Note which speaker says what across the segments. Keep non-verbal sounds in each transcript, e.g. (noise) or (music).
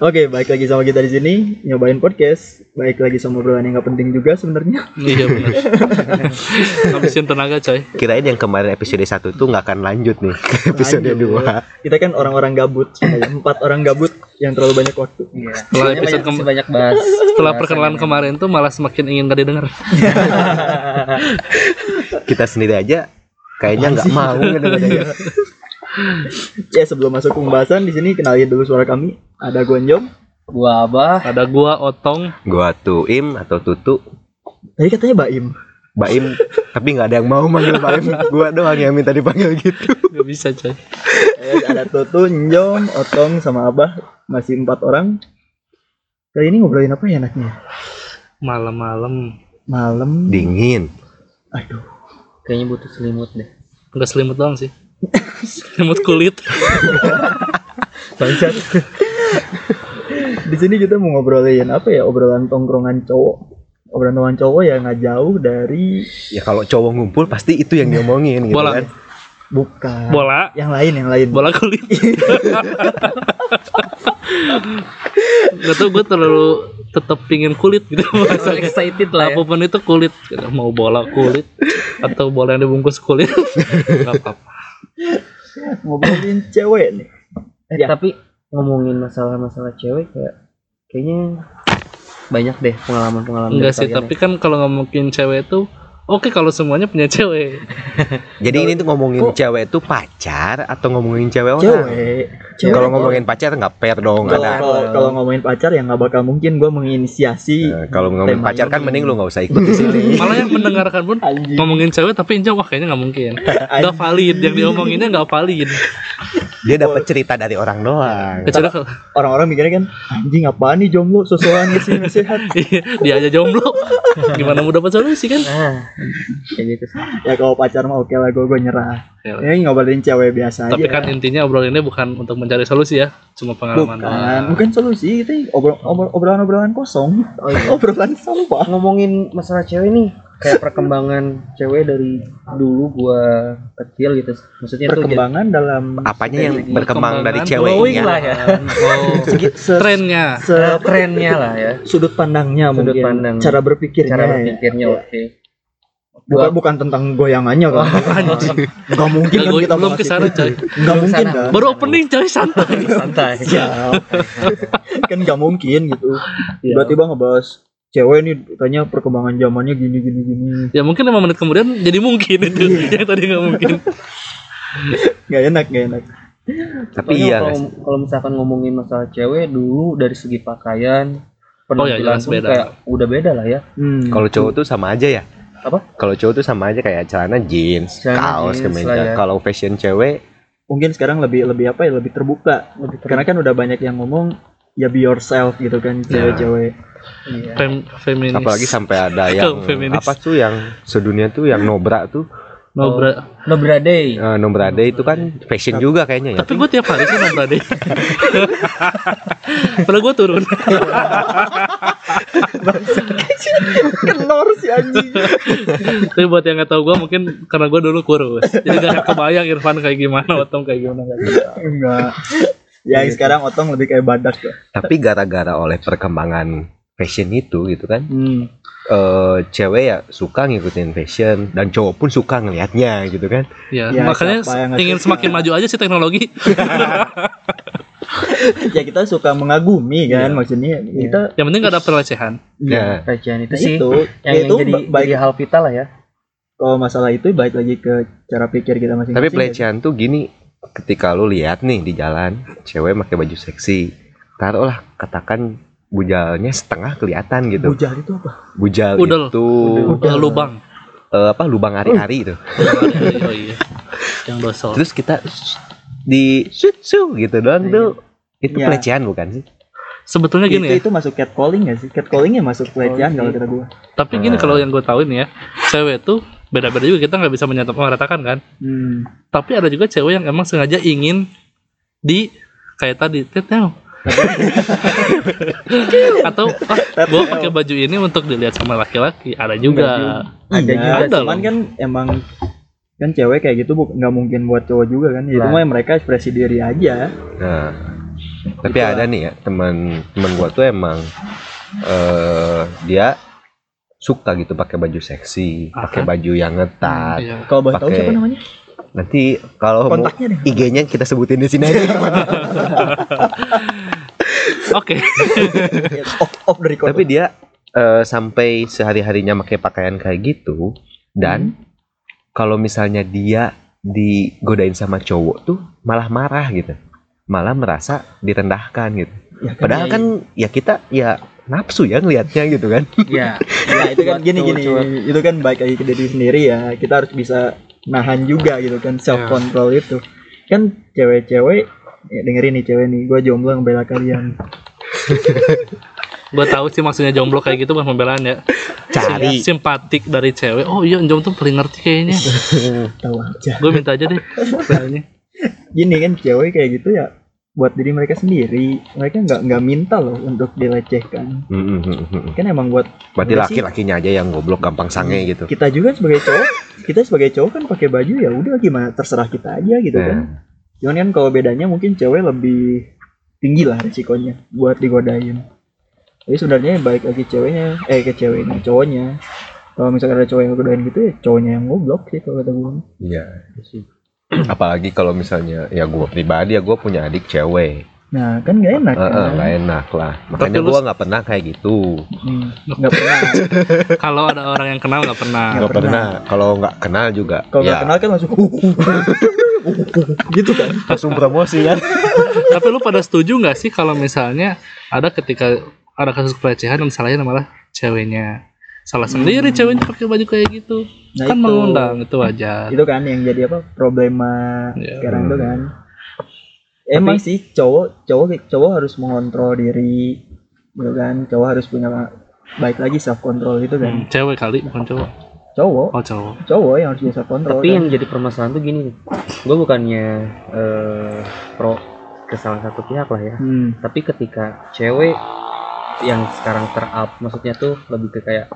Speaker 1: Oke, baik lagi sama kita di sini nyobain podcast. Baik lagi sama obrolan yang gak penting juga sebenarnya. (laughs)
Speaker 2: iya benar habisin tenaga coy
Speaker 3: Kirain yang kemarin episode 1 tuh nggak akan lanjut nih (laughs) ke episode
Speaker 1: Lanjut.
Speaker 3: 2
Speaker 1: Kita kan orang-orang gabut, sebenarnya. empat orang gabut yang terlalu banyak waktu.
Speaker 4: Iya.
Speaker 2: Setelah episode
Speaker 4: banyak,
Speaker 2: kem-
Speaker 4: banyak bahas.
Speaker 2: setelah perkenalan kemarin tuh malah semakin ingin gak didengar
Speaker 3: Kita sendiri aja kayaknya nggak
Speaker 1: (laughs)
Speaker 3: mau
Speaker 1: Iya.
Speaker 3: ngedengerinnya.
Speaker 1: Ya sebelum masuk ke pembahasan di sini kenalin dulu suara kami. Ada Gonjom.
Speaker 4: Gua abah.
Speaker 2: ada gua otong
Speaker 3: Gua tuim atau tutu
Speaker 1: Tadi katanya Baim.
Speaker 3: Baim tapi nggak ada yang mau manggil Baim gua doang yang minta dipanggil gitu
Speaker 2: gak bisa coy
Speaker 1: (laughs) Eh, ada Toto, Njom, Otong, sama Abah. Masih empat orang. Kali ini ngobrolin apa ya enaknya?
Speaker 2: malam-malam
Speaker 1: Malam.
Speaker 3: dingin
Speaker 1: Aduh.
Speaker 4: Kayaknya butuh selimut deh.
Speaker 2: nggak selimut doang sih selimut kulit
Speaker 1: Bangsat. di sini kita mau ngobrolin apa ya? Obrolan tongkrongan cowok. Obrolan tongkrongan cowok ya nggak jauh dari
Speaker 3: ya kalau cowok ngumpul pasti itu yang diomongin gitu
Speaker 2: Bola.
Speaker 3: kan
Speaker 1: bukan.
Speaker 2: bola
Speaker 1: Yang lain, yang lain.
Speaker 2: bola kulit gak tau gue terlalu tetap pingin kulit gitu
Speaker 4: So
Speaker 2: maksudnya
Speaker 4: excited lah ya.
Speaker 2: apapun itu kulit mau bola kulit atau bola yang dibungkus kulit nggak apa-apa
Speaker 1: Ngobrolin cewek nih.
Speaker 4: Eh,
Speaker 1: Ya.
Speaker 4: Tapi ngomongin masalah-masalah cewek kayak kayaknya banyak deh pengalaman-pengalaman.
Speaker 2: enggak
Speaker 4: dari
Speaker 2: sih
Speaker 4: kalian ya.
Speaker 2: tapi
Speaker 3: ya?
Speaker 2: kan kalau ngomongin cewek itu oke kalau semuanya punya cewek
Speaker 3: jadi ini tuh ngomongin
Speaker 1: Oh.
Speaker 3: cewek tuh pacar atau ngomongin cewek orang
Speaker 1: Cewek. Cewek.
Speaker 3: kalau ngomongin ya. pacar nggak fair dong
Speaker 1: kalau
Speaker 3: ada
Speaker 1: kalau- kalau ngomongin pacar ya nggak bakal mungkin gue menginisiasi.
Speaker 3: Eh, kalau ngomongin
Speaker 1: Tema
Speaker 3: pacar kan
Speaker 1: ini.
Speaker 3: mending lu nggak usah ikut di sini
Speaker 2: malah yang mendengarkan pun
Speaker 1: (laughs) Anjing.
Speaker 2: ngomongin cewek tapi Inja wah kayaknya nggak mungkin nggak valid yang diomonginnya nggak valid
Speaker 3: dia dapat cerita dari orang doang
Speaker 2: kecuali kalau
Speaker 1: Orang-orang mikirnya kan anjing apaan nih jomblo sosokan ngasih nasihat.
Speaker 2: iya, dia aja jomblo gimana mau dapat solusi kan
Speaker 4: Ah, kayak gitu sih.
Speaker 1: ya kalau pacar mah oke lah gue gue nyerah.
Speaker 2: Ya,
Speaker 3: Iya.
Speaker 1: Ya ngobrolin cewek biasa
Speaker 2: tapi
Speaker 1: aja.
Speaker 2: kan intinya obrolannya bukan untuk mencari solusi ya cuma
Speaker 1: bukan,
Speaker 2: pengalaman doang.
Speaker 1: bukan solusi itu obrol- obrol- obrolan-obrolan kosong.
Speaker 4: Oh iya.
Speaker 1: Obrolan sampah.
Speaker 4: Ngomongin masalah cewek nih kayak perkembangan cewek dari dulu gua kecil gitu. Maksudnya tuh jadi-
Speaker 1: Perkembangan dalam
Speaker 3: apanya yang
Speaker 2: Iya.
Speaker 1: dari-
Speaker 3: berkembang dari
Speaker 4: glowing
Speaker 3: ceweknya
Speaker 4: lah ya.
Speaker 2: oh
Speaker 1: segi- se-
Speaker 2: trennya
Speaker 1: se-
Speaker 4: Trennya lah ya.
Speaker 1: sudut pandangnya
Speaker 4: Sudut
Speaker 1: mungkin
Speaker 4: pandang.
Speaker 1: cara berpikirnya
Speaker 4: Cara
Speaker 1: ya.
Speaker 4: berpikirnya oke.
Speaker 1: bukan bukan tentang goyangannya kan nggak mungkin
Speaker 2: Nggak,
Speaker 1: kan
Speaker 2: gua-
Speaker 1: kita
Speaker 2: belum
Speaker 1: bahas itu.
Speaker 2: kesana coy
Speaker 1: nggak
Speaker 4: Belum
Speaker 1: mungkin
Speaker 4: kesana.
Speaker 1: kan
Speaker 2: baru opening coy santai
Speaker 1: (laughs)
Speaker 4: santai.
Speaker 1: Siap. kan nggak mungkin gitu tiba-tiba ngebahas cewek nih tanya perkembangan zamannya gini gini gini
Speaker 2: ya mungkin lima menit kemudian jadi mungkin itu
Speaker 3: Iya.
Speaker 2: yang tadi nggak mungkin
Speaker 1: nggak enak nggak enak
Speaker 3: tapi
Speaker 4: Soalnya
Speaker 3: iya
Speaker 4: kalau kalau misalkan ngomongin masalah cewek dulu dari segi pakaian
Speaker 1: Oh iya,
Speaker 4: penampilan
Speaker 2: jelas
Speaker 4: pun
Speaker 2: beda.
Speaker 4: kayak udah beda lah ya.
Speaker 1: hmm.
Speaker 3: kalau cowok tuh sama aja ya
Speaker 4: Apa?
Speaker 3: kalau cowok tuh sama aja kayak celana jeans
Speaker 4: Celana
Speaker 3: kaos
Speaker 4: jeans lah
Speaker 3: kemeja
Speaker 4: ya.
Speaker 3: kalau fashion cewek
Speaker 1: mungkin sekarang lebih lebih apa ya lebih terbuka
Speaker 4: Lebih ter-
Speaker 1: karena kan udah banyak yang ngomong ya be yourself gitu kan cewek-cewek
Speaker 4: iya.
Speaker 2: Fem, feminis
Speaker 3: apalagi sampai
Speaker 4: (laughs)
Speaker 3: ada
Speaker 2: Kaum
Speaker 3: yang
Speaker 2: feminis.
Speaker 3: apa tuh yang sedunia tuh yang nobra tuh
Speaker 2: Nobra.
Speaker 3: eh,
Speaker 4: No bradei.
Speaker 3: nobra day itu kan fashion juga kayaknya ya
Speaker 2: tapi gue tiap hari sih nobra deh padahal gue turun
Speaker 1: kenor si anjing
Speaker 2: tapi buat yang nggak tahu gue mungkin karena gue dulu kurus jadi gak kebayang Irfan kayak gimana Otong kayak gimana nggak tahu.
Speaker 1: (laughs) enggak ya yang sekarang otong lebih kayak badak ya
Speaker 3: tapi gara-gara oleh perkembangan fashion itu gitu kan
Speaker 1: hmm.
Speaker 3: eh cewek ya suka ngikutin fashion dan cowok pun suka ngelihatnya gitu kan
Speaker 2: ya,
Speaker 1: Ya,
Speaker 2: makanya
Speaker 1: siapa yang nggak
Speaker 2: ingin
Speaker 1: suka?
Speaker 2: semakin maju aja sih teknologi
Speaker 1: ya kita suka mengagumi kan maksudnya kita
Speaker 2: yang penting gak ada pelecehan
Speaker 4: Iya.
Speaker 3: ya
Speaker 4: Kajian itu
Speaker 1: Nah,
Speaker 4: sih
Speaker 1: itu
Speaker 4: yang,
Speaker 1: itu
Speaker 4: yang jadi,
Speaker 1: ba- baik
Speaker 4: jadi hal vital
Speaker 1: (laughs)
Speaker 4: lah ya.
Speaker 1: kalau masalah itu baik lagi ke cara pikir kita masing-masing ya.
Speaker 3: tapi pelecehan tuh gini ketika lu lihat nih di jalan cewek pakai baju seksi taruhlah katakan bujalnya setengah kelihatan gitu
Speaker 1: bujal itu apa
Speaker 3: bujal
Speaker 2: Udel.
Speaker 3: itu
Speaker 2: Udah lubang
Speaker 3: eh, apa lubang hari-hari itu
Speaker 2: oh iya yang dosol
Speaker 3: terus kita di su gitu doang
Speaker 4: Iya.
Speaker 3: tuh itu
Speaker 1: Iya.
Speaker 3: pelecehan bukan sih
Speaker 2: sebetulnya gini
Speaker 1: itu,
Speaker 2: ya
Speaker 1: itu masuk catcalling gak sih catcallingnya masuk pelecehan kalau
Speaker 4: Calling.
Speaker 1: kata gua
Speaker 2: tapi gini kalau yang gue tahu ini ya cewek tuh beda-beda juga kita nggak bisa menyatakan meratakan kan
Speaker 1: hmm.
Speaker 2: tapi ada juga cewek yang emang sengaja ingin di kayak tadi tetel (laughs) atau ah, gue pakai baju ini untuk dilihat sama laki-laki ada juga
Speaker 1: ada
Speaker 4: Iya,
Speaker 1: juga
Speaker 2: ada
Speaker 1: cuman
Speaker 2: loh.
Speaker 1: kan emang kan cewek kayak gitu bu- nggak mungkin buat cowok juga kan itu
Speaker 4: Lah.
Speaker 1: mah mereka ekspresi diri aja
Speaker 3: nah tapi ada nih ya teman teman gua tuh emang eh dia suka gitu pakai baju seksi
Speaker 2: Aha.
Speaker 3: pakai baju yang ngetat
Speaker 2: Iya.
Speaker 1: Kalau boleh tahu
Speaker 3: Pakai
Speaker 1: siapa namanya?
Speaker 3: nanti kalau mau
Speaker 1: Kontaknya (laughs) deh.
Speaker 3: IG-nya kita sebutin di sini aja
Speaker 2: Oke.
Speaker 1: Iya, off, off the record.
Speaker 3: (laughs) tapi dia eh, sampai sehari harinya pakai pakaian kayak gitu dan kalau misalnya dia digodain sama cowok tuh malah marah gitu malah merasa direndahkan gitu
Speaker 1: Ya,
Speaker 3: padahal
Speaker 4: iya,
Speaker 3: kan ya kita ya nafsu ya ngelihatnya gitu kan
Speaker 4: ya
Speaker 1: ya, itu kan gini gini itu kan baik lagi ke diri sendiri ya kita harus bisa nahan juga gitu
Speaker 2: Iya.
Speaker 1: kan self control itu kan cewek-cewek ya dengerin nih cewek nih gue jomblo ngebela kalian
Speaker 2: Gue tahu sih maksudnya jomblo kayak gitu bukan pembelaan ya.
Speaker 3: (laughs) cari
Speaker 2: Simpatik dari cewek. Oh iya, Njom tuh paling ngerti kayaknya.
Speaker 1: tahu aja
Speaker 2: Gue minta aja deh. Kayaknya.
Speaker 1: gini kan cewek kayak gitu ya buat diri mereka sendiri mereka nggak nggak minta loh untuk dilecehkan
Speaker 3: Mm, mm, mm, mm, mm.
Speaker 1: kan emang buat Enggak
Speaker 3: berarti
Speaker 1: sih.
Speaker 3: laki-lakinya aja yang goblok gampang sange gitu
Speaker 1: kita juga sebagai cowok kita sebagai cowok kan pakai baju ya udah gimana terserah kita aja gitu kan
Speaker 3: Nah,
Speaker 1: cuman kan kalau bedanya mungkin cewek lebih tinggi lah risikonya buat digodain jadi sebenarnya yang baik lagi ceweknya eh ke ceweknya cowoknya kalau misalkan ada cowok yang godain gitu ya cowoknya yang goblok sih kalau kata gue
Speaker 3: iya apalagi kalau misalnya ya gua pribadi ya gua punya adik cewek
Speaker 1: nah kan nggak enak
Speaker 3: Eh, eh,
Speaker 1: kan
Speaker 3: nggak enak lah makanya
Speaker 2: Tapi lu-
Speaker 3: gua nggak pernah kayak gitu
Speaker 1: Hmm, nggak pernah
Speaker 2: Kalau ada orang yang kenal nggak Ah, pernah.
Speaker 1: Nggak
Speaker 3: nggak pernah kalau nggak kenal juga ya.
Speaker 1: kalau nggak kenal kan langsung (laughs) gitu kan
Speaker 3: langsung promosi ya
Speaker 2: Tapi lu pada setuju nggak sih kalau misalnya ada ketika ada kasus pelecehan dan salahnya malah ceweknya salah sendiri ceweknya pakai baju kayak gitu
Speaker 1: Nah, itu.
Speaker 2: kan mengundang itu wajar
Speaker 1: itu kan yang jadi apa problema
Speaker 2: Iya.
Speaker 1: sekarang itu
Speaker 3: Hmm.
Speaker 1: kan emang sih cowok cowok cowok harus mengontrol diri gitu kan cowok harus punya baik lagi self control gitu kan
Speaker 2: Hmm, cewek kali bukan cowok
Speaker 1: cowok
Speaker 2: oh cowok
Speaker 1: cowok yang harus punya kan. self control
Speaker 4: tapi yang jadi permasalahan tuh gini gue bukannya eh, pro ke salah satu pihak lah ya
Speaker 1: hmm.
Speaker 4: tapi ketika cewek yang sekarang terap maksudnya tuh lebih ke kayak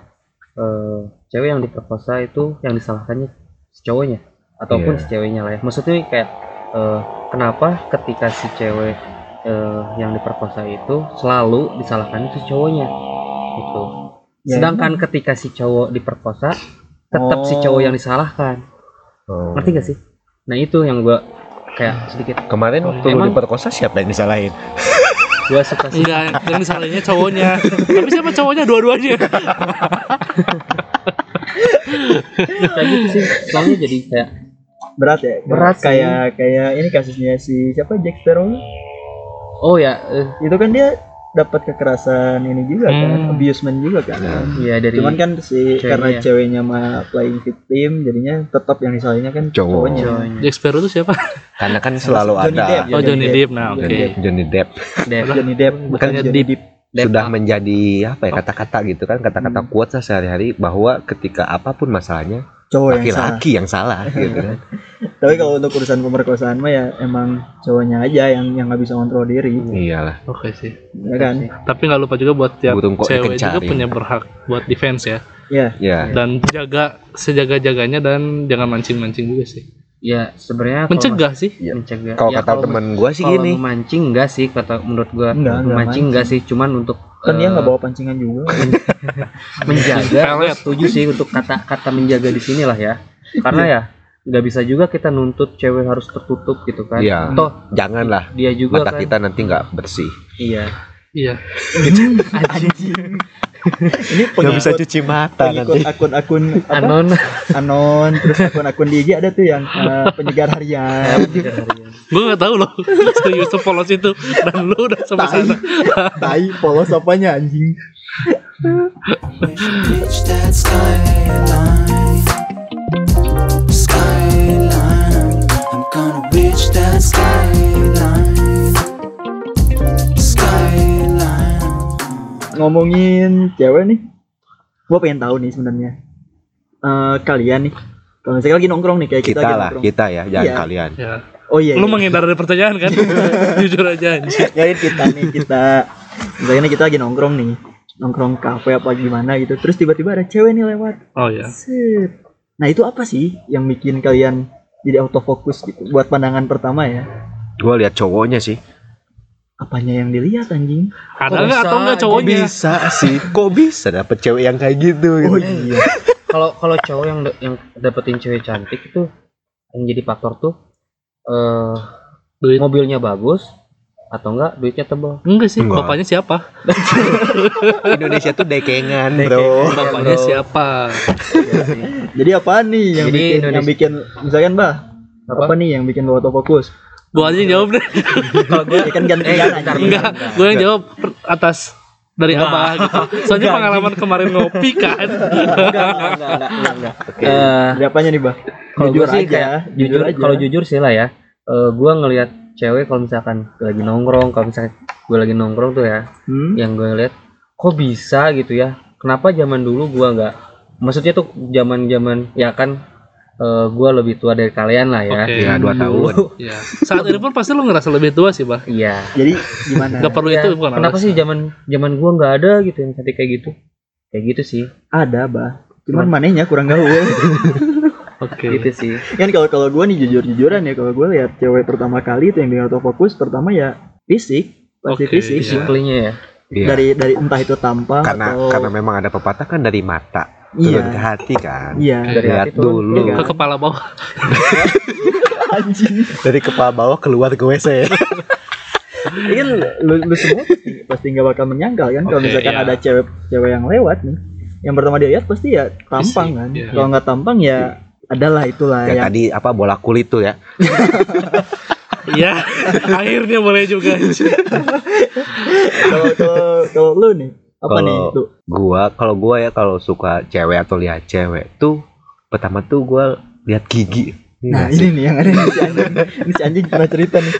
Speaker 4: eh, cewek yang diperkosa itu yang disalahkannya si cowoknya ataupun
Speaker 3: Iya.
Speaker 4: si ceweknya lah ya maksudnya kayak eh, kenapa ketika si cewek eh, yang diperkosa itu selalu disalahkan si cowoknya gitu
Speaker 1: Ya,
Speaker 4: sedangkan ketika si cowok diperkosa tetap si
Speaker 1: Oh.
Speaker 4: cowok yang disalahkan
Speaker 3: Oh.
Speaker 4: ngerti gak sih nah itu yang gua kayak sedikit
Speaker 3: kemarin waktu lu
Speaker 4: Emang-
Speaker 3: diperkosa siapa yang disalahin
Speaker 4: gua suka sih
Speaker 2: enggak yang salahnya cowoknya tapi siapa cowoknya dua-duanya
Speaker 1: Iya.
Speaker 4: kayak gitu sih soalnya jadi kayak
Speaker 1: berat ya
Speaker 4: Berat sih.
Speaker 1: kayak kayak ini kasusnya si siapa Jack Sparrow
Speaker 4: oh ya eh,
Speaker 1: itu kan dia dapat kekerasan ini juga kan
Speaker 2: Hmm.
Speaker 1: abusement juga kan
Speaker 3: Nah.
Speaker 4: Iya dari
Speaker 1: cuman kan si
Speaker 4: Ceweknya
Speaker 1: karena
Speaker 4: ya.
Speaker 1: ceweknya mah playing victim jadinya tetap yang disalahinnya kan
Speaker 3: Cowok.
Speaker 1: cowoknya
Speaker 4: cowoknya
Speaker 2: Jack Sparrow itu siapa
Speaker 3: karena kan selalu
Speaker 1: Iya, Johnny
Speaker 3: ada
Speaker 1: Depp,
Speaker 2: oh Johnny Depp nah oke
Speaker 3: Johnny, Johnny Depp
Speaker 4: Depp.
Speaker 1: Johnny Depp
Speaker 2: Bukannya
Speaker 1: Johnny
Speaker 2: Deep.
Speaker 4: Depp,
Speaker 3: sudah
Speaker 4: Pak.
Speaker 3: menjadi apa ya kata-kata gitu kan kata-kata
Speaker 1: Hmm.
Speaker 3: kuat lah sehari-hari bahwa ketika apapun masalahnya
Speaker 1: cowok Oh, yang salah
Speaker 3: laki-laki yang salah gitu kan
Speaker 1: tapi kalau untuk urusan pemerkosaan mah ya emang cowoknya aja yang yang nggak bisa kontrol diri
Speaker 3: iyalah
Speaker 2: oke sih
Speaker 1: ya kan
Speaker 2: tapi nggak lupa juga buat tiap
Speaker 3: Burung kok
Speaker 2: cewek
Speaker 3: dikencari.
Speaker 2: juga punya berhak buat defense ya
Speaker 1: ya
Speaker 3: ya
Speaker 2: dan jaga sejaga jaganya dan jangan mancing mancing juga sih
Speaker 4: ya sebenarnya kalau
Speaker 2: mencegah sih
Speaker 4: mas- mencegah
Speaker 3: Iya. kalau
Speaker 4: Ya,
Speaker 3: kata temen gua sih
Speaker 4: kalau
Speaker 3: gini
Speaker 4: memancing enggak sih kata menurut gua
Speaker 1: Enggak, enggak
Speaker 4: memancing enggak sih cuman untuk
Speaker 1: kan dia
Speaker 4: eh,
Speaker 1: nggak bawa pancingan juga
Speaker 4: menjaga
Speaker 2: Pelet.
Speaker 4: gua setuju sih untuk kata kata menjaga di sinilah ya karena
Speaker 1: Iya.
Speaker 4: ya nggak bisa juga kita nuntut cewek harus tertutup gitu kan
Speaker 3: Iya.
Speaker 4: toh
Speaker 3: janganlah
Speaker 4: dia juga
Speaker 3: mata
Speaker 4: kan
Speaker 3: kita nanti nggak bersih
Speaker 1: (laughs)
Speaker 4: iya
Speaker 2: iya
Speaker 1: (laughs) ini
Speaker 3: nggak
Speaker 1: pengikut
Speaker 3: bisa cuci mata
Speaker 1: pengikut
Speaker 3: nanti
Speaker 1: akun-akun apa
Speaker 4: anon
Speaker 1: anon terus akun-akun di IG ada tuh yang eh, penyegar harian
Speaker 2: gue nggak tahu loh (laughs) serius polos itu dan lu udah sama (laughs) sana
Speaker 1: tai polos apanya anjing
Speaker 5: Pitch that skyline. Skyline. I'm gonna reach that skyline. Skyline.
Speaker 1: ngomongin cewek nih gua pengen tahu nih sebenarnya Eh, kalian nih kalau misalkan lagi nongkrong nih kayak kita,
Speaker 3: kita
Speaker 1: lagi
Speaker 3: lah
Speaker 1: nongkrong.
Speaker 3: kita ya jangan
Speaker 1: Iya.
Speaker 3: kalian
Speaker 2: ya
Speaker 1: oh iya iya.
Speaker 2: lu menghindar dari pertanyaan kan jujur aja anjing.
Speaker 1: Jadi kita nih kita misalnya kita lagi nongkrong nih nongkrong kafe apa gimana gitu terus tiba-tiba ada cewek nih lewat
Speaker 2: oh ya
Speaker 1: Set. nah itu apa sih yang bikin kalian jadi autofokus gitu buat pandangan pertama ya
Speaker 3: gua lihat cowoknya sih
Speaker 1: apanya yang dilihat anjing
Speaker 2: Ada
Speaker 4: Kok
Speaker 2: nggak atau
Speaker 4: bisa?
Speaker 2: nggak
Speaker 4: Kok
Speaker 3: Kok
Speaker 2: cowoknya?
Speaker 3: bisa sih? Kok bisa dapet cewek yang kayak gitu? gitu?
Speaker 1: oh iya
Speaker 4: kalau kalau cowok yang da- yang dapetin cewek cantik itu yang jadi faktor tuh eh
Speaker 2: Duit.
Speaker 4: mobilnya bagus atau enggak duitnya tebal
Speaker 2: Enggak sih,
Speaker 3: Enggak.
Speaker 2: bapaknya siapa?
Speaker 3: Indonesia tuh dekengan,
Speaker 4: Dekengan.
Speaker 3: bro.
Speaker 4: Iya,
Speaker 2: Bapaknya
Speaker 4: bro.
Speaker 2: siapa?
Speaker 1: jadi apa nih yang
Speaker 4: Jadi
Speaker 1: bikin yang
Speaker 4: Indonesia-
Speaker 1: bikin misalkan bah apa,
Speaker 4: apa
Speaker 1: nih yang bikin lu autofokus
Speaker 2: Gua aja yang jawab deh.
Speaker 4: kalau
Speaker 1: ya
Speaker 4: gue
Speaker 1: kan gantian anjing
Speaker 2: Enggak, gua yang jawab per- atas dari abah gitu. Soalnya pengalaman kemarin ngopi kan.
Speaker 4: enggak enggak enggak enggak, enggak, enggak.
Speaker 3: Oke.
Speaker 4: Eh,
Speaker 1: Ada apanya nih bah
Speaker 4: kalau gue
Speaker 1: jujur
Speaker 4: sih
Speaker 1: aja
Speaker 4: kayak
Speaker 1: jujur
Speaker 4: jujur
Speaker 1: aja
Speaker 4: kalau jujur sih lah ya Eh gue ngelihat cewek kalau misalkan lagi nongkrong kalau misalkan gue lagi nongkrong tuh ya
Speaker 1: Hmm?
Speaker 4: yang gue ngeliat kok bisa gitu ya kenapa zaman dulu gue nggak maksudnya tuh zaman zaman ya kan eh gue lebih tua dari kalian lah ya
Speaker 2: Oke.
Speaker 3: Ya, dua tahun.
Speaker 2: (laughs) Iya. Saat ini pun pasti lu ngerasa lebih tua sih, Bah.
Speaker 4: iya
Speaker 1: jadi gimana
Speaker 2: Enggak perlu
Speaker 4: Ya,
Speaker 2: itu bukan
Speaker 4: kenapa sih zaman zaman gua nggak ada gitu yang cantik kayak gitu kayak gitu sih
Speaker 1: ada bah cuman manehnya kurang gaul (laughs)
Speaker 2: Oke.
Speaker 4: gitu sih
Speaker 1: kan kalau kalau gue nih jujur jujuran ya kalau gue lihat cewek pertama kali itu yang di autofokus pertama ya fisik pasti
Speaker 2: Oke,
Speaker 1: fisik ya.
Speaker 2: iya.
Speaker 4: disiplinnya ya
Speaker 3: Iya.
Speaker 1: dari dari entah itu tampang
Speaker 3: karena
Speaker 1: atau
Speaker 3: karena memang ada pepatah kan dari mata
Speaker 1: iya
Speaker 3: turun ke hati kan.
Speaker 1: iya
Speaker 2: (laughs)
Speaker 4: dari
Speaker 3: Lihat
Speaker 4: hati turun,
Speaker 3: dulu.
Speaker 1: iya
Speaker 2: Ke kepala (laughs) bawah.
Speaker 1: anjing
Speaker 3: Dari kepala bawah keluar ke WC.
Speaker 1: Ini kan lu, lu semua pasti- pasti nggak bakal menyangkal kan kalau
Speaker 2: Oke,
Speaker 1: misalkan
Speaker 2: iya.
Speaker 1: ada cewek cewek yang lewat nih yang pertama dia lihat pasti ya tampang
Speaker 2: Fisik,
Speaker 1: kan
Speaker 2: iya.
Speaker 1: kalau nggak tampang ya adalah itulah
Speaker 3: ya
Speaker 1: yang
Speaker 3: tadi apa bola kulit tuh ya.
Speaker 2: Iya. Akhirnya boleh juga.
Speaker 1: kalau kalau kalau lu nih apa
Speaker 3: Kalau-
Speaker 1: nih itu
Speaker 3: Gua kalau gua ya kalau suka cewek atau lihat cewek tuh pertama tuh gua lihat gigi. Iya
Speaker 1: nah
Speaker 3: nggak sih?
Speaker 1: ini nih yang ada di si
Speaker 3: (laughs)
Speaker 1: anjing ini si anjing pernah cerita nih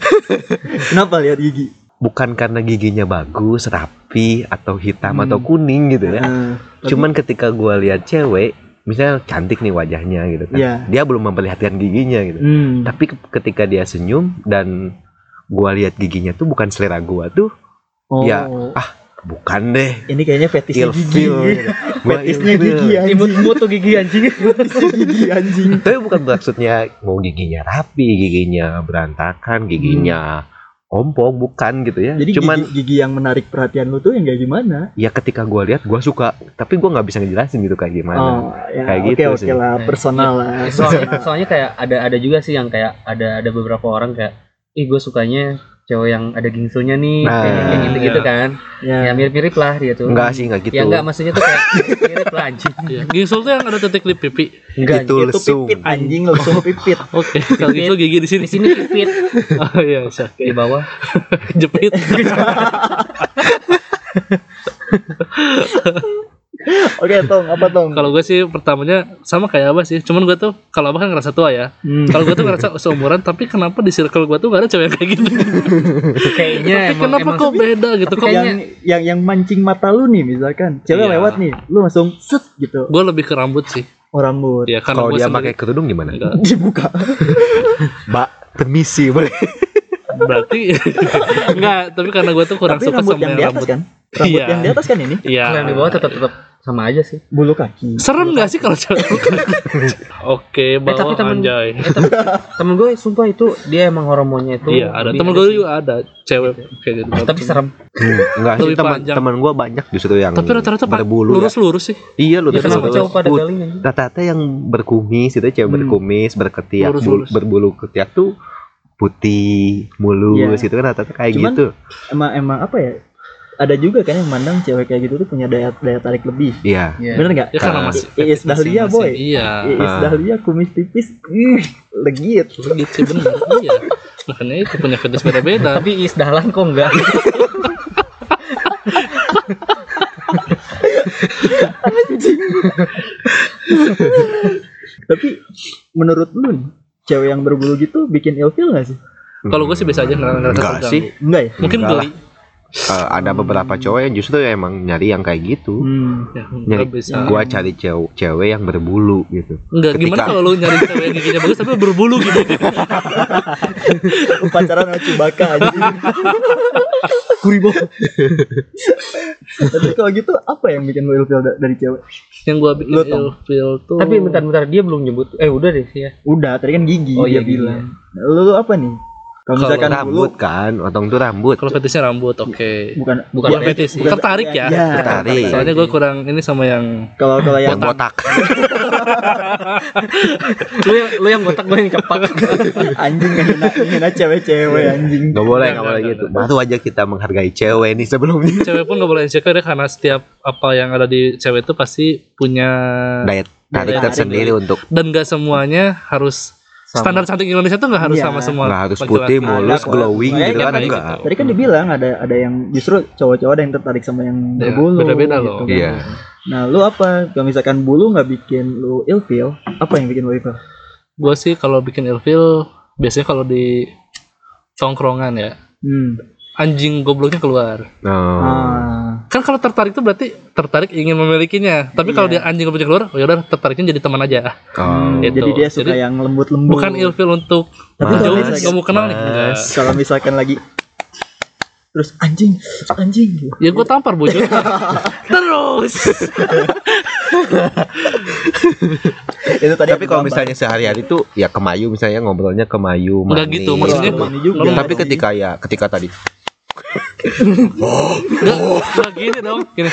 Speaker 1: kenapa lihat gigi
Speaker 3: Bukan karena giginya bagus, rapi atau hitam
Speaker 1: Hmm.
Speaker 3: atau kuning gitu
Speaker 1: Nah,
Speaker 3: ya.
Speaker 1: tapi-
Speaker 3: Cuman ketika gua lihat cewek, misalnya cantik nih wajahnya gitu kan.
Speaker 1: Iya.
Speaker 3: Dia belum memperlihatkan giginya gitu.
Speaker 1: hmm.
Speaker 3: Tapi ke- ketika dia senyum dan gua lihat giginya tuh bukan selera gua tuh
Speaker 1: oh
Speaker 3: ya, bukan deh
Speaker 1: ini kayaknya fetish gigi (laughs)
Speaker 3: ilfil gitu. Gua
Speaker 1: fetisnya
Speaker 3: ilfil.
Speaker 1: gigi ya. anjing
Speaker 4: imut tuh gigi anjing
Speaker 1: Fetisnya gigi anjing
Speaker 3: tapi bukan maksudnya mau giginya rapi giginya berantakan giginya ompong bukan gitu ya
Speaker 1: Hmm. jadi
Speaker 3: cuman
Speaker 1: gigi, gigi yang menarik perhatian lu tuh yang kayak gimana
Speaker 3: ya ketika gua lihat gua suka tapi gua nggak bisa ngejelasin gitu kayak gimana
Speaker 1: Oh, ya,
Speaker 3: Kayak
Speaker 1: oke
Speaker 3: gitu
Speaker 1: oke
Speaker 3: sih.
Speaker 1: lah personal lah. (laughs)
Speaker 4: soalnya, Iya. soalnya kayak ada ada juga sih yang kayak ada ada beberapa orang kayak ih gue sukanya cewek yang ada gingsulnya nih
Speaker 3: Nah,
Speaker 4: kayak kayak gitu gitu kan
Speaker 1: Ya.
Speaker 4: ya mirip mirip lah dia tuh
Speaker 3: enggak sih enggak gitu
Speaker 4: ya enggak maksudnya tuh kayak mirip lah anjing
Speaker 2: Iya. Gingsul tuh yang ada titik di pipi.
Speaker 4: enggak
Speaker 3: itu
Speaker 1: itu
Speaker 3: lesung
Speaker 1: pipit anjing lu
Speaker 3: (laughs)
Speaker 1: semua pipit.
Speaker 2: Oke, kalau gitu gigi di sini.
Speaker 4: di sini pipit
Speaker 2: Oh iya, siap.
Speaker 4: di bawah
Speaker 2: jepit.
Speaker 1: Oke, Tong, apa Tong?
Speaker 2: Kalau gue sih pertamanya sama kayak Abah sih. Cuman gue tuh kalau Abah kan ngerasa tua ya.
Speaker 1: Hmm.
Speaker 2: Kalau gue tuh ngerasa seumuran tapi kenapa di circle gue tuh gak ada cewek yang kayak gini.
Speaker 4: kayaknya
Speaker 2: tapi kenapa kok beda gitu kok
Speaker 1: yang yang yang mancing mata lu nih misalkan cewek
Speaker 2: Iya.
Speaker 1: lewat nih lu langsung set gitu
Speaker 2: gue lebih ke rambut sih
Speaker 1: orang rambut
Speaker 2: ya karena
Speaker 3: kalau
Speaker 2: gue
Speaker 3: dia pakai kerudung gimana
Speaker 2: Enggak.
Speaker 1: (laughs) dibuka
Speaker 3: mbak permisi boleh
Speaker 2: berarti (laughs) enggak tapi karena gue tuh kurang
Speaker 1: tapi
Speaker 2: suka
Speaker 1: rambut
Speaker 2: sama
Speaker 1: yang di atas kan rambut
Speaker 2: Iya.
Speaker 1: yang di atas kan ini
Speaker 2: iya
Speaker 4: yang di bawah tetap tetap sama aja sih
Speaker 1: bulu kaki
Speaker 2: serem gak sih kalau cewek oke
Speaker 4: tapi
Speaker 2: bawa
Speaker 4: temen-
Speaker 2: anjay
Speaker 4: temen gue sumpah itu dia emang hormonnya itu
Speaker 2: iya ada
Speaker 4: lebih
Speaker 2: temen
Speaker 4: sih.
Speaker 2: gue juga ada cewek kayak gitu
Speaker 4: tapi serem
Speaker 3: Hmm, enggak sih
Speaker 2: Lebih
Speaker 3: teman
Speaker 2: panjang.
Speaker 3: teman gua banyak justru yang
Speaker 2: tapi rata-rata pak
Speaker 3: berbulu ya.
Speaker 2: lurus lurus sih
Speaker 3: iya lu
Speaker 2: Ya,
Speaker 4: kenapa cowok pada
Speaker 3: Put-
Speaker 4: galing anjing?
Speaker 3: rata-rata yang berkumis itu cewek
Speaker 1: Hmm.
Speaker 3: berkumis berketiak
Speaker 2: Lurus,
Speaker 3: bul-
Speaker 2: lurus.
Speaker 3: berbulu ketiak tuh putih mulus
Speaker 1: Iya.
Speaker 3: gitu kan rata-rata kayak
Speaker 1: Cuman-
Speaker 3: gitu
Speaker 1: emang emang apa ya ada juga kan yang mandang cewek kayak gitu tuh punya daya daya tarik lebih
Speaker 3: iya
Speaker 1: bener nggak
Speaker 2: ya karena
Speaker 3: Ah.
Speaker 2: masih
Speaker 1: Iis Dahlia boy
Speaker 2: iya
Speaker 1: Iis
Speaker 3: Ah.
Speaker 1: Dahlia kumis tipis ih legit
Speaker 2: gitu sih bener iya makanya itu punya kedis beda-beda
Speaker 4: tapi is dahlan kok enggak
Speaker 1: Tapi menurut lu nih, cewek yang berbulu gitu bikin ilfil gak sih?
Speaker 2: kalau gue sih
Speaker 3: Hmm.
Speaker 2: biasa aja ngerasa
Speaker 3: enggak
Speaker 2: terganggu.
Speaker 3: sih
Speaker 1: Enggak ya?
Speaker 2: mungkin
Speaker 3: Enggak
Speaker 2: geli
Speaker 3: Eh, ada beberapa cowok yang justru emang nyari yang kayak gitu
Speaker 1: Hmm.
Speaker 2: ya,
Speaker 3: Nyari-
Speaker 2: enggak bisa
Speaker 3: gua cari cewek cewek yang berbulu gitu
Speaker 2: Enggak, gimana
Speaker 3: Ketika-
Speaker 2: kalau lu nyari cewek yang giginya bagus tapi berbulu gitu.
Speaker 1: Pacaran sama Cubaka (laughs) aja.
Speaker 4: kuribok
Speaker 1: Tapi kalau gitu apa yang bikin lu ilfil da- dari cewek?
Speaker 2: yang gua bikin
Speaker 1: Lu tau.
Speaker 2: ilfil tuh.
Speaker 4: tapi bentar-bentar dia belum nyebut eh udah deh sih ya
Speaker 1: Udah, tadi kan gigi
Speaker 4: Oh,
Speaker 1: dia
Speaker 4: iya, gigi
Speaker 1: bilang. Lu, lu apa nih? Kalau misalkan dulu
Speaker 3: rambut kan, otong tuh rambut.
Speaker 2: Kalau fetishnya rambut, oke.
Speaker 1: bukan
Speaker 2: Bukan fetish,
Speaker 1: bukan-
Speaker 2: tertarik ya.
Speaker 1: Iya.
Speaker 3: Tertarik.
Speaker 2: Soalnya gue kurang ini sama yang
Speaker 1: Kalau kalau yang
Speaker 3: Yang botak.
Speaker 4: lu yang lu yang botak gue yang (laughs) cepak
Speaker 1: anjing ngehina ngehina cewek-cewek
Speaker 2: Iya.
Speaker 1: anjing.
Speaker 3: Gak boleh,
Speaker 2: Nggak,
Speaker 3: gak boleh
Speaker 2: nggak,
Speaker 3: gitu. Baru aja kita menghargai cewek nih sebelumnya.
Speaker 2: cewek pun gak boleh insecure ya karena setiap apa yang ada di cewek itu pasti punya
Speaker 3: Daya
Speaker 2: nah,
Speaker 3: tarik
Speaker 1: tarik.
Speaker 3: tersendiri untuk
Speaker 2: dan gak semuanya harus standar cantik Indonesia tuh gak harus
Speaker 1: Iya.
Speaker 2: sama semua.
Speaker 3: nggak harus
Speaker 2: laki-laki.
Speaker 3: putih,
Speaker 1: Ada
Speaker 3: mulus,
Speaker 1: kok.
Speaker 3: glowing
Speaker 1: Makanya
Speaker 3: gitu kan
Speaker 2: kayak
Speaker 3: enggak.
Speaker 2: gitu.
Speaker 1: Tadi kan dibilang ada ada yang justru cowok-cowok ada yang tertarik sama yang
Speaker 2: Ya,
Speaker 1: berbulu.
Speaker 2: beda-beda
Speaker 1: gitu
Speaker 2: loh.
Speaker 1: kan.
Speaker 3: Iya.
Speaker 1: Nah, lu apa? Kalau misalkan bulu nggak bikin lu ilfeel, apa yang bikin lu ilfeel?
Speaker 2: Gue sih kalau bikin ilfil biasanya kalau di tongkrongan ya
Speaker 1: Hmm.
Speaker 2: anjing gobloknya keluar.
Speaker 3: Oh.
Speaker 1: Ah.
Speaker 2: Kan kalau tertarik itu berarti tertarik ingin memilikinya. Tapi kalau dia
Speaker 1: Iya.
Speaker 2: anjing gobloknya keluar, oh yaudah tertariknya jadi teman aja.
Speaker 3: Oh.
Speaker 1: Hmm,
Speaker 2: Gitu.
Speaker 1: Jadi dia suka
Speaker 2: Jadi
Speaker 1: yang lembut-lembut.
Speaker 2: Bukan ilfil untuk
Speaker 1: Tapi
Speaker 3: Mas,
Speaker 1: kalau
Speaker 2: jauh
Speaker 1: misalkan,
Speaker 2: kamu kenal nih.
Speaker 3: mas.
Speaker 2: Enggak.
Speaker 1: kalau misalkan lagi terus anjing, anjing. gitu.
Speaker 2: Ya gue tampar
Speaker 1: (laughs)
Speaker 2: bujur Terus
Speaker 1: Itu tadi
Speaker 3: Tapi
Speaker 1: aku
Speaker 3: kalau
Speaker 1: gambar.
Speaker 3: misalnya sehari-hari tuh ya kemayu misalnya ngobrolnya kemayu.
Speaker 2: Enggak
Speaker 3: manis.
Speaker 2: gitu, maksudnya
Speaker 1: Iya, ini juga.
Speaker 3: Tapi ketika ya, ketika tadi
Speaker 2: Enggak enggak gini dong Gini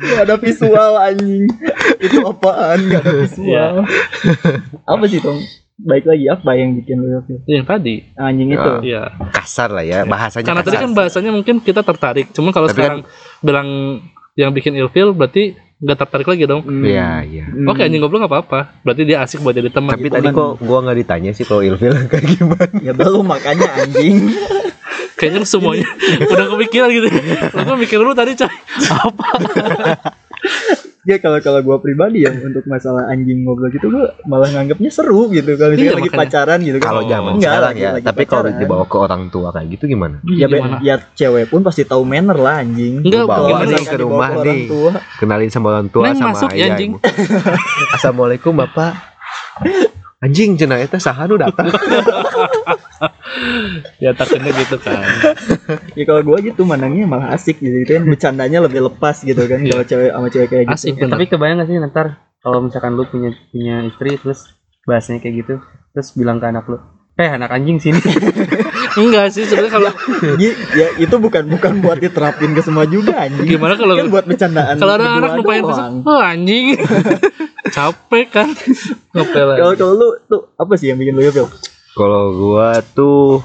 Speaker 1: Gak ada visual anjing Itu apaan Gak
Speaker 2: Iya.
Speaker 1: ada visual Apa sih Tong? Baik lagi apa yang bikin lu ilfeel?
Speaker 2: Yang tadi
Speaker 1: Anjing itu
Speaker 2: Iya
Speaker 3: kasar lah ya bahasanya.
Speaker 2: Karena tadi
Speaker 3: kasar.
Speaker 2: kan bahasanya mungkin kita tertarik Cuman kalau
Speaker 3: Tapi
Speaker 2: sekarang Bilang yang bikin ilfil berarti Enggak tertarik lagi dong
Speaker 1: Hmm.
Speaker 3: Iya, iya.
Speaker 1: Hmm.
Speaker 2: Oke anjing goblok gak apa-apa Berarti dia asik buat jadi teman gitu kan.
Speaker 3: Tapi tadi kok gua nggak ditanya sih kalau ilfil (laughs) kayak gimana.
Speaker 1: Ya belum makanya anjing
Speaker 2: Kayaknya semuanya Udah kepikiran gitu Aku mikir dulu tadi coy Apa
Speaker 1: (laughs) Ya kalau kalau gue pribadi ya Untuk masalah anjing ngobrol gitu Gue malah nganggapnya seru gitu Kalau misalnya
Speaker 2: Iya,
Speaker 1: lagi
Speaker 2: makanya.
Speaker 1: pacaran gitu kan
Speaker 3: Kalau zaman
Speaker 1: Enggak,
Speaker 3: sekarang
Speaker 1: lagi-
Speaker 3: ya,
Speaker 1: lagi
Speaker 3: tapi kalau
Speaker 1: pacaran.
Speaker 3: dibawa ke orang tua kayak gitu gimana?
Speaker 1: Ya, be-
Speaker 2: Iya, Gimana? Iya,
Speaker 1: ya cewek pun pasti tahu manner lah anjing
Speaker 2: Enggak
Speaker 3: Bawa
Speaker 1: Kalau
Speaker 2: gimana
Speaker 3: nih
Speaker 1: misalkan
Speaker 3: ke
Speaker 1: dibawa
Speaker 3: rumah
Speaker 1: orang
Speaker 3: nih.
Speaker 1: tua,
Speaker 3: Kenalin sama orang tua
Speaker 2: Neng,
Speaker 3: sama
Speaker 2: masuk ya,
Speaker 3: ayah,
Speaker 2: anjing.
Speaker 3: ibu. (laughs) Assalamualaikum Bapak. Anjing cenah eta saha nu datang?
Speaker 2: Ya takutnya gitu kan
Speaker 1: Ya kalau gue gitu manangnya malah asik gitu Itu kan bercandanya lebih lepas gitu kan
Speaker 2: Iya.
Speaker 1: Kalau cewek sama cewek kayak gitu
Speaker 2: Asik
Speaker 4: Ya,
Speaker 2: bener
Speaker 4: tapi kebayang gak sih ntar kalau misalkan lu punya punya istri terus bahasanya kayak gitu terus bilang ke anak lu eh anak anjing sini
Speaker 2: Enggak sih sebenarnya kalau
Speaker 1: Gi- ya itu bukan bukan buat diterapin ke semua juga anjing
Speaker 2: Gimana kalau
Speaker 1: kan buat bercandaan
Speaker 2: Kalau ada
Speaker 1: berdua
Speaker 2: anak numpain
Speaker 1: doang.
Speaker 2: pesek, oh anjing. Capek kan. Ngepel.
Speaker 1: kalau kalau lu tuh apa sih yang bikin lu ilfil
Speaker 3: Kalau gua tuh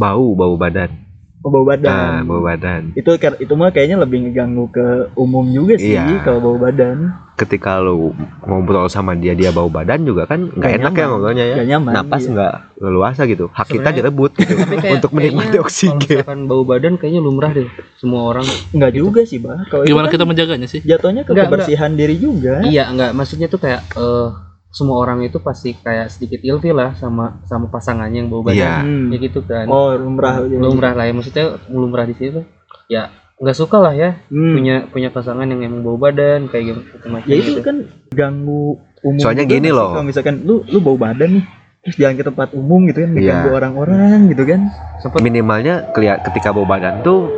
Speaker 3: bau bau badan.
Speaker 1: Oh, bau
Speaker 3: Nah,
Speaker 1: badan
Speaker 3: bau badan.
Speaker 1: itu kar- itu mah kayaknya lebih ngeganggu ke umum juga sih
Speaker 3: Iya.
Speaker 1: kalau bau badan
Speaker 3: Ketika lu ngobrol sama dia dia bau badan juga kan nggak
Speaker 1: Nggak
Speaker 3: enak ya
Speaker 1: nyaman.
Speaker 3: ngobrolnya ya.
Speaker 1: Nggak nyaman,
Speaker 3: Napas
Speaker 1: iya.
Speaker 3: nggak leluasa gitu. Hak kita
Speaker 4: Sebenarnya-
Speaker 3: direbut gitu
Speaker 4: (laughs) (laughs) tapi kayak
Speaker 3: untuk menikmati
Speaker 4: kayaknya kalau
Speaker 3: oksigen.
Speaker 4: misalkan bau badan kayaknya lumrah deh semua orang
Speaker 1: nggak juga sih bah kalau itu
Speaker 2: Gimana
Speaker 1: kan
Speaker 2: kita menjaganya sih?
Speaker 1: jatuhnya ke
Speaker 4: Nggak,
Speaker 1: kebersihan diri juga
Speaker 4: iya enggak maksudnya tuh kayak eh, semua orang itu pasti kayak sedikit ilfil lah sama sama pasangannya yang bau badan
Speaker 3: Iya.
Speaker 1: Hmm.
Speaker 4: ya gitu kan
Speaker 1: oh lumrah
Speaker 4: lumrah lah ya maksudnya lumrah di situ ya nggak suka lah ya
Speaker 1: Hmm.
Speaker 4: punya punya pasangan yang emang bau badan kayak gitu macam
Speaker 1: ya itu
Speaker 4: gitu.
Speaker 1: kan ganggu umum
Speaker 3: Soalnya
Speaker 1: juga
Speaker 3: gini
Speaker 1: nggak sih?
Speaker 3: loh.
Speaker 1: kalau misalkan lu lu bau badan nih terus jalan ke tempat umum gitu kan
Speaker 3: Iya.
Speaker 1: ganggu orang-orang gitu kan
Speaker 4: sempet
Speaker 3: Minimalnya kelihat ketika bau badan tuh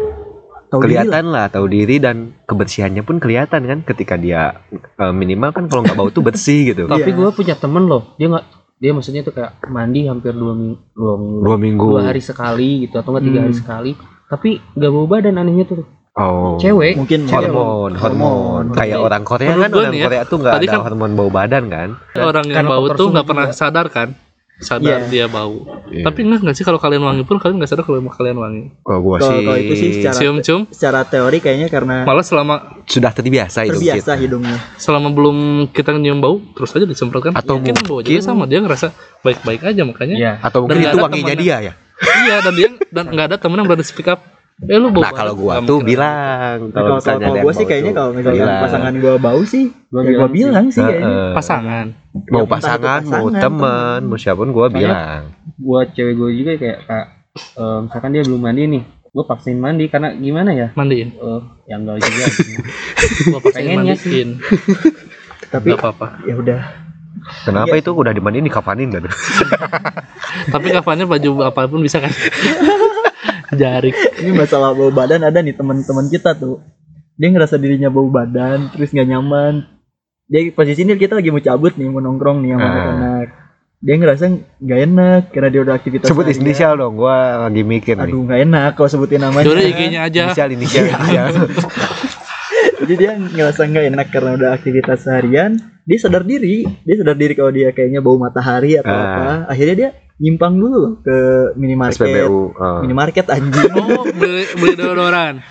Speaker 1: Tahu diri lah.
Speaker 3: kelihatan lah tahu diri dan kebersihannya pun kelihatan kan ketika dia eh, minimal kan kalau nggak bau tuh bersih gitu.
Speaker 4: tapi
Speaker 1: Iya.
Speaker 4: gue punya temen loh dia nggak dia maksudnya tuh kayak mandi hampir dua minggu dua minggu
Speaker 3: Dua minggu.
Speaker 4: dua hari sekali gitu atau nggak tiga
Speaker 1: Hmm.
Speaker 4: hari sekali tapi nggak bau badan anehnya tuh
Speaker 3: Oh.
Speaker 4: cewek
Speaker 1: mungkin cewek-
Speaker 3: hormon, hormon,
Speaker 1: hormon.
Speaker 3: Kayak
Speaker 4: Tapi-
Speaker 3: orang Korea
Speaker 2: Menurut
Speaker 3: kan
Speaker 2: gua
Speaker 3: orang
Speaker 2: nih ya,
Speaker 3: Korea tuh nggak
Speaker 2: tadi
Speaker 3: ada
Speaker 2: kan-
Speaker 3: hormon bau badan kan.
Speaker 2: Orang yang
Speaker 4: Kan
Speaker 2: bau
Speaker 4: faktor
Speaker 2: tuh nggak
Speaker 4: suhu
Speaker 2: pernah
Speaker 4: juga.
Speaker 2: sadar kan? Sadar
Speaker 1: Iya.
Speaker 2: dia bau.
Speaker 3: Iya.
Speaker 2: Tapi enggak enggak sih kalau kalian wangi pun kalian nggak sadar kalau emang kalian wangi.
Speaker 3: Kalau gua
Speaker 1: Kalau-
Speaker 3: sih,
Speaker 1: kalau itu sih secara-
Speaker 2: Cium-cium.
Speaker 1: secara teori kayaknya karena
Speaker 2: Malah selama
Speaker 3: sudah terbiasa hidup
Speaker 1: terbiasa
Speaker 3: kita.
Speaker 1: hidungnya
Speaker 2: selama belum kita nyium bau terus aja disemprot kan?
Speaker 3: Atau
Speaker 2: mungkin bau juga
Speaker 3: mungkin- Iya.
Speaker 2: sama dia ngerasa baik-baik aja
Speaker 1: Iya.
Speaker 2: makanya.
Speaker 4: ya
Speaker 3: Atau
Speaker 2: Dan
Speaker 3: mungkin itu
Speaker 2: nggak ada
Speaker 3: wanginya
Speaker 2: temennya.
Speaker 3: dia ya.
Speaker 2: Iya dan dia dan nggak ada temen yang berani speak up. Eh lu bau.
Speaker 3: Nah kalau
Speaker 2: banget.
Speaker 3: gua
Speaker 2: Nggak
Speaker 3: tuh
Speaker 2: mungkin.
Speaker 3: bilang
Speaker 1: Nah, kalau
Speaker 3: kalau
Speaker 1: kalau,
Speaker 3: misalnya ada yang
Speaker 1: gue sih
Speaker 3: bau
Speaker 1: kayaknya
Speaker 3: tuh
Speaker 1: kalau misalkan
Speaker 3: bilang.
Speaker 1: pasangan gue bau sih
Speaker 4: Gua
Speaker 1: ya gue
Speaker 4: bilang sih.
Speaker 1: bilang sih kayaknya
Speaker 3: Heeh.
Speaker 2: pasangan.
Speaker 3: mau
Speaker 1: Ya, entah itu
Speaker 3: pasangan, mau
Speaker 1: pasangan,
Speaker 3: temen,
Speaker 1: temen.
Speaker 3: mau siapapun gua
Speaker 4: Soalnya-
Speaker 3: bilang.
Speaker 4: buat cewek gue juga kayak kak eh, misalkan dia belum mandi nih gue paksain mandi karena gimana ya
Speaker 2: Mandiin.
Speaker 4: Eh, yang enggak
Speaker 1: (laughs)
Speaker 4: juga
Speaker 2: Gua paksain
Speaker 4: Pengennya sih.
Speaker 2: mandiin.
Speaker 1: tapi
Speaker 2: Enggak apa-apa.
Speaker 1: ya udah iya
Speaker 3: Kenapa itu udah dimandiin dikapanin (laughs) kan?
Speaker 2: Tapi kafannya baju apapun bisa
Speaker 3: (laughs)
Speaker 2: kan? Jarik.
Speaker 1: ini masalah bau badan ada nih teman-teman kita tuh dia ngerasa dirinya bau badan terus nggak nyaman dia posisi ini kita lagi mau cabut nih mau nongkrong nih sama
Speaker 3: Ah.
Speaker 1: anak-anak dia ngerasa nggak enak karena dia udah aktivitas
Speaker 6: Sebut
Speaker 1: harian.
Speaker 6: inisial dong, gua lagi mikir nih.
Speaker 1: aduh Iya. nggak enak kalau sebutin namanya
Speaker 3: eh,
Speaker 2: Yaudah IG-nya aja.
Speaker 6: Inisial,
Speaker 1: (laughs)
Speaker 6: inisial, inisial.
Speaker 1: jadi dia ngerasa nggak enak karena udah aktivitas seharian dia sadar diri dia sadar diri kalau dia kayaknya bau matahari atau
Speaker 6: Ah.
Speaker 1: apa akhirnya dia nyimpang dulu loh ke minimarket
Speaker 6: SPBU. eh.
Speaker 3: ah.
Speaker 1: minimarket anjing
Speaker 2: Oh, beli, beli deodoran.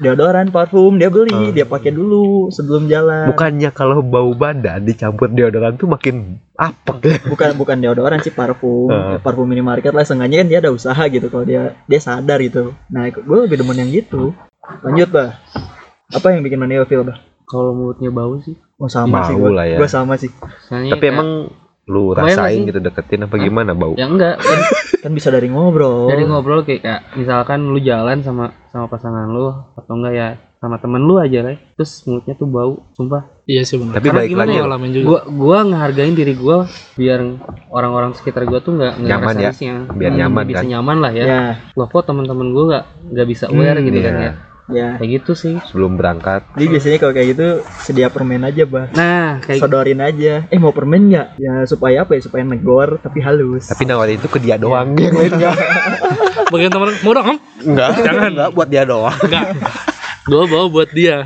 Speaker 1: deodoran parfum dia beli
Speaker 6: Ah.
Speaker 1: dia pakai dulu sebelum jalan
Speaker 3: Bukannya kalau bau badan dicampur deodoran tuh makin apek. ya?
Speaker 4: Iya,
Speaker 1: bukan bukan deodoran sih parfum
Speaker 3: Ah.
Speaker 1: parfum minimarket lah seenggaknya kan dia ada usaha gitu kalau dia dia sadar gitu nah gue lebih demen yang gitu lanjut bah apa yang bikin Maneo feel bah
Speaker 4: kalau mulutnya bau sih
Speaker 1: oh sama
Speaker 6: Bau
Speaker 1: sih gue
Speaker 6: lah ya.
Speaker 1: gue sama sih
Speaker 4: Misalnya
Speaker 3: Tapi
Speaker 4: kayak-
Speaker 3: emang lu
Speaker 4: Bayang gak
Speaker 3: rasain
Speaker 4: iya. sih?
Speaker 3: gitu deketin apa gimana bau?
Speaker 4: ya enggak kan
Speaker 1: kan bisa dari ngobrol
Speaker 3: Oh.
Speaker 4: dari ngobrol kayak, kayak misalkan lu jalan sama sama pasangan lu atau enggak ya sama temen lu aja lah terus mulutnya tuh bau sumpah
Speaker 2: Iya sih benar.
Speaker 3: Tapi
Speaker 2: Karena
Speaker 3: baik
Speaker 2: gimana ya
Speaker 3: lagi loh.
Speaker 2: ngalamin juga.
Speaker 4: gua gua ngehargain diri gua biar orang-orang sekitar gua tuh nggak nggak
Speaker 3: Nyaman
Speaker 4: ngerasa
Speaker 3: ya?
Speaker 4: risih,
Speaker 3: Biar
Speaker 4: Hmm,
Speaker 3: nyaman
Speaker 4: bisa
Speaker 3: kan?
Speaker 4: nyaman lah ya,
Speaker 1: ya
Speaker 4: loh kok teman-teman gua nggak nggak bisa aware gitu kan
Speaker 3: iya.
Speaker 4: ya
Speaker 1: ya
Speaker 4: kayak gitu sih
Speaker 3: Sebelum berangkat
Speaker 1: jadi biasanya kalau kayak gitu sedia permen aja bah
Speaker 4: nah kayak
Speaker 1: sodorin aja eh mau permen nggak ya supaya apa ya supaya negor tapi halus (laughs)
Speaker 3: tapi nawarin itu ke dia doang
Speaker 1: Iya.
Speaker 3: yang lain enggak
Speaker 2: Bagian teman mau dong? Om?
Speaker 3: enggak (laughs) jangan enggak buat dia doang
Speaker 2: Enggak. Gua bawa buat dia.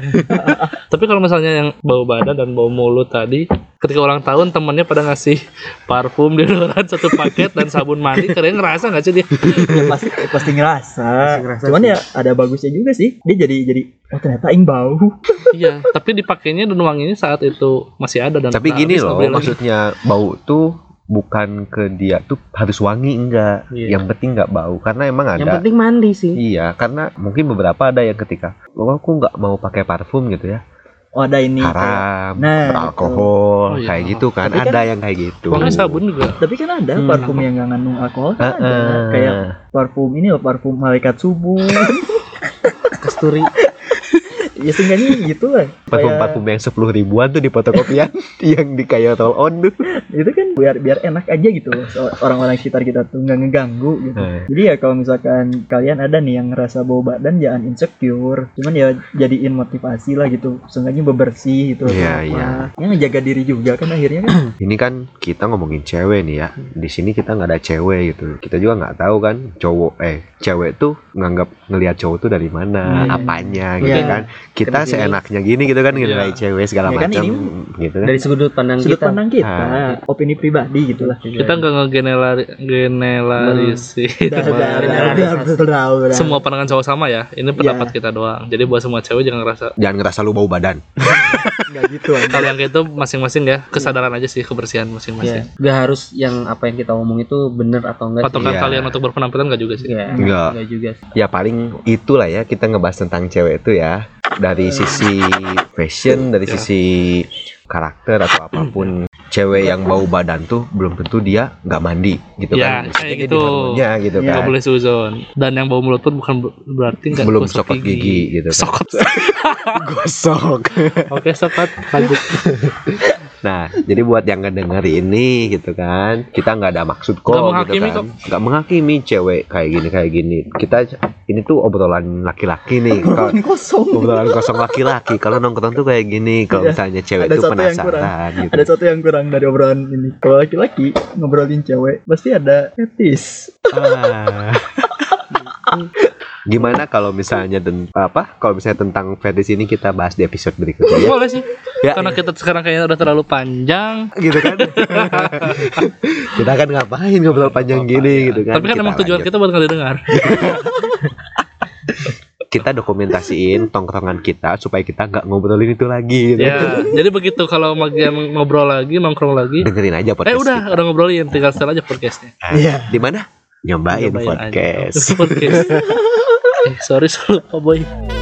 Speaker 2: Tapi kalau misalnya yang bau badan dan bau mulut tadi, ketika ulang tahun temannya pada ngasih parfum deodoran satu paket dan sabun mandi, kalian ngerasa nggak sih dia?
Speaker 1: ya, pasti eh, pasti ngerasa cuman ya ada bagusnya juga sih dia jadi jadi oh ternyata ing bau
Speaker 2: Iya. Tapi dipakainya dan wanginya saat itu masih ada dan
Speaker 3: tapi
Speaker 2: tak Nah, habis,
Speaker 3: gini
Speaker 2: nggak
Speaker 3: loh
Speaker 2: beli lagi.
Speaker 3: maksudnya bau tuh bukan ke dia tuh harus wangi enggak
Speaker 4: Iya.
Speaker 3: yang penting enggak bau karena emang
Speaker 4: yang
Speaker 3: ada
Speaker 4: penting mandi sih
Speaker 3: iya karena mungkin beberapa ada yang ketika oh aku nggak mau pakai parfum gitu ya
Speaker 1: oh ada ini
Speaker 3: haram
Speaker 1: Nah,
Speaker 3: beralkohol
Speaker 2: itu. Oh, iya.
Speaker 3: kayak gitu kan
Speaker 1: Tapi kan-
Speaker 3: ada yang kayak gitu
Speaker 2: Wangi sabun juga.
Speaker 1: Tapi kan ada
Speaker 3: Hmm.
Speaker 1: parfum yang nggak ngandung alkohol kan ada.
Speaker 3: Heeh.
Speaker 1: Kayak parfum ini loh, parfum malaikat subuh. (laughs)
Speaker 3: (laughs)
Speaker 4: kasturi
Speaker 1: ya seenggaknya gitu lah. Kayak-
Speaker 3: parfum-parfum yang sepuluh ribuan tuh di fotokopian (laughs) yang di kayak roll on tuh
Speaker 1: Itu kan biar biar enak aja gitu loh. so- Orang-orang sekitar kita tuh nggak ngeganggu gitu.
Speaker 3: Nah,
Speaker 1: Jadi ya kalau misalkan kalian ada nih yang ngerasa bau badan jangan insecure. Cuman ya jadiin motivasi lah gitu. Seenggaknya bebersih gitu.
Speaker 3: Iya,
Speaker 1: atau apa.
Speaker 3: iya.
Speaker 1: Ya ngejaga diri juga kan akhirnya kan.
Speaker 3: ini kan kita ngomongin cewek nih ya
Speaker 1: Hmm.
Speaker 3: di sini kita nggak ada cewek gitu kita juga nggak tahu kan cowok eh cewek tuh nganggap ngelihat cowok tuh dari mana
Speaker 1: Iya.
Speaker 3: apanya gitu
Speaker 1: Iya.
Speaker 3: kan kita
Speaker 1: Kayak gini.
Speaker 3: seenaknya gini gitu
Speaker 2: Iya.
Speaker 3: kan nilai cewek segala
Speaker 1: Ya kan,
Speaker 3: macam
Speaker 1: ini
Speaker 3: gitu kan
Speaker 4: dari sudut pandang
Speaker 1: Sudut
Speaker 4: kita
Speaker 1: pandang kita,
Speaker 3: Ah.
Speaker 1: opini pribadi gitu lah.
Speaker 2: Kita nggak ngegeneralisir
Speaker 1: Udah, udah, udah, udah, udah, udah, udah.
Speaker 2: semua pandangan cowok sama ya. Ini pendapat kita doang. Jadi buat semua cewek jangan ngerasa
Speaker 3: jangan ngerasa lu bau badan
Speaker 1: nggak gitu aja.
Speaker 2: kalau yang kayak itu masing-masing ya kesadaran aja sih kebersihan masing-masing.
Speaker 4: Iya. nggak harus yang apa yang kita omong itu bener atau enggak
Speaker 2: Patokan
Speaker 3: Iya.
Speaker 2: kalian untuk berpenampilan nggak juga sih?
Speaker 4: ya
Speaker 3: Nggak.
Speaker 4: enggak juga sih.
Speaker 3: ya paling itulah ya kita ngebahas tentang cewek itu ya dari
Speaker 1: Iya.
Speaker 3: sisi fashion dari
Speaker 2: Ya.
Speaker 3: sisi karakter atau apapun cewek yang bau badan tuh belum tentu dia nggak mandi gitu
Speaker 2: Ya,
Speaker 3: kan
Speaker 2: kayak
Speaker 3: Misalnya
Speaker 2: gitu.
Speaker 3: di hormonnya gitu
Speaker 1: Ya.
Speaker 2: Nggak
Speaker 3: kan
Speaker 2: boleh suzon. Dan yang bau mulut pun bukan ber- berarti nggak
Speaker 3: belum
Speaker 2: gosok
Speaker 3: sokot gigi, gitu kan.
Speaker 2: Sokot.
Speaker 3: (laughs) gosok
Speaker 2: Oke sokot.
Speaker 3: (laughs)
Speaker 2: Lanjut.
Speaker 3: nah jadi buat yang ngedenger ini gitu kan kita nggak ada maksud
Speaker 2: Nggak
Speaker 3: kok gitu
Speaker 2: menghakimi
Speaker 3: kan nggak menghakimi cewek kayak gini kayak gini kita ini tuh obrolan
Speaker 1: (laughs)
Speaker 3: laki-laki nih Kalau-
Speaker 1: kosong.
Speaker 3: obrolan (laughs) kosong laki-laki kalau nongkrong tuh kayak gini kalau
Speaker 1: Iya.
Speaker 3: misalnya cewek
Speaker 1: Ada
Speaker 3: tuh
Speaker 1: satu yang
Speaker 3: penasaran gitu
Speaker 1: ada satu yang kurang dari obrolan ini kalau laki-laki ngobrolin cewek pasti ada etis
Speaker 3: Ah. gimana kalau misalnya ten- apa kalau misalnya tentang fetish ini kita bahas di episode
Speaker 2: (laughs)
Speaker 3: berikutnya ya,
Speaker 2: Boleh sih.
Speaker 3: Ya,
Speaker 2: Karena kita sekarang kayaknya udah terlalu panjang.
Speaker 3: gitu kan (laughs) kita kan ngapain ngobrol panjang gini gitu kan
Speaker 2: Tapi kan emang tujuan
Speaker 3: lanjut.
Speaker 2: kita buat nggak didengar.
Speaker 3: kita dokumentasiin tongkrongan kita supaya kita nggak ngobrolin itu lagi gitu.
Speaker 2: ya. Jadi begitu kalau mau mau ngobrol lagi, nongkrong lagi.
Speaker 3: dengerin
Speaker 2: Eh
Speaker 3: aja podcast
Speaker 2: udah, udah ngobrolin. Tinggal setel aja podcastnya.
Speaker 1: iya
Speaker 3: di mana nyobain
Speaker 2: Cobain aja.
Speaker 3: Ah, iya,
Speaker 2: (laughs)
Speaker 3: podcast (laughs)
Speaker 2: Podcast. Eh, sorry, sorry, lupa boy.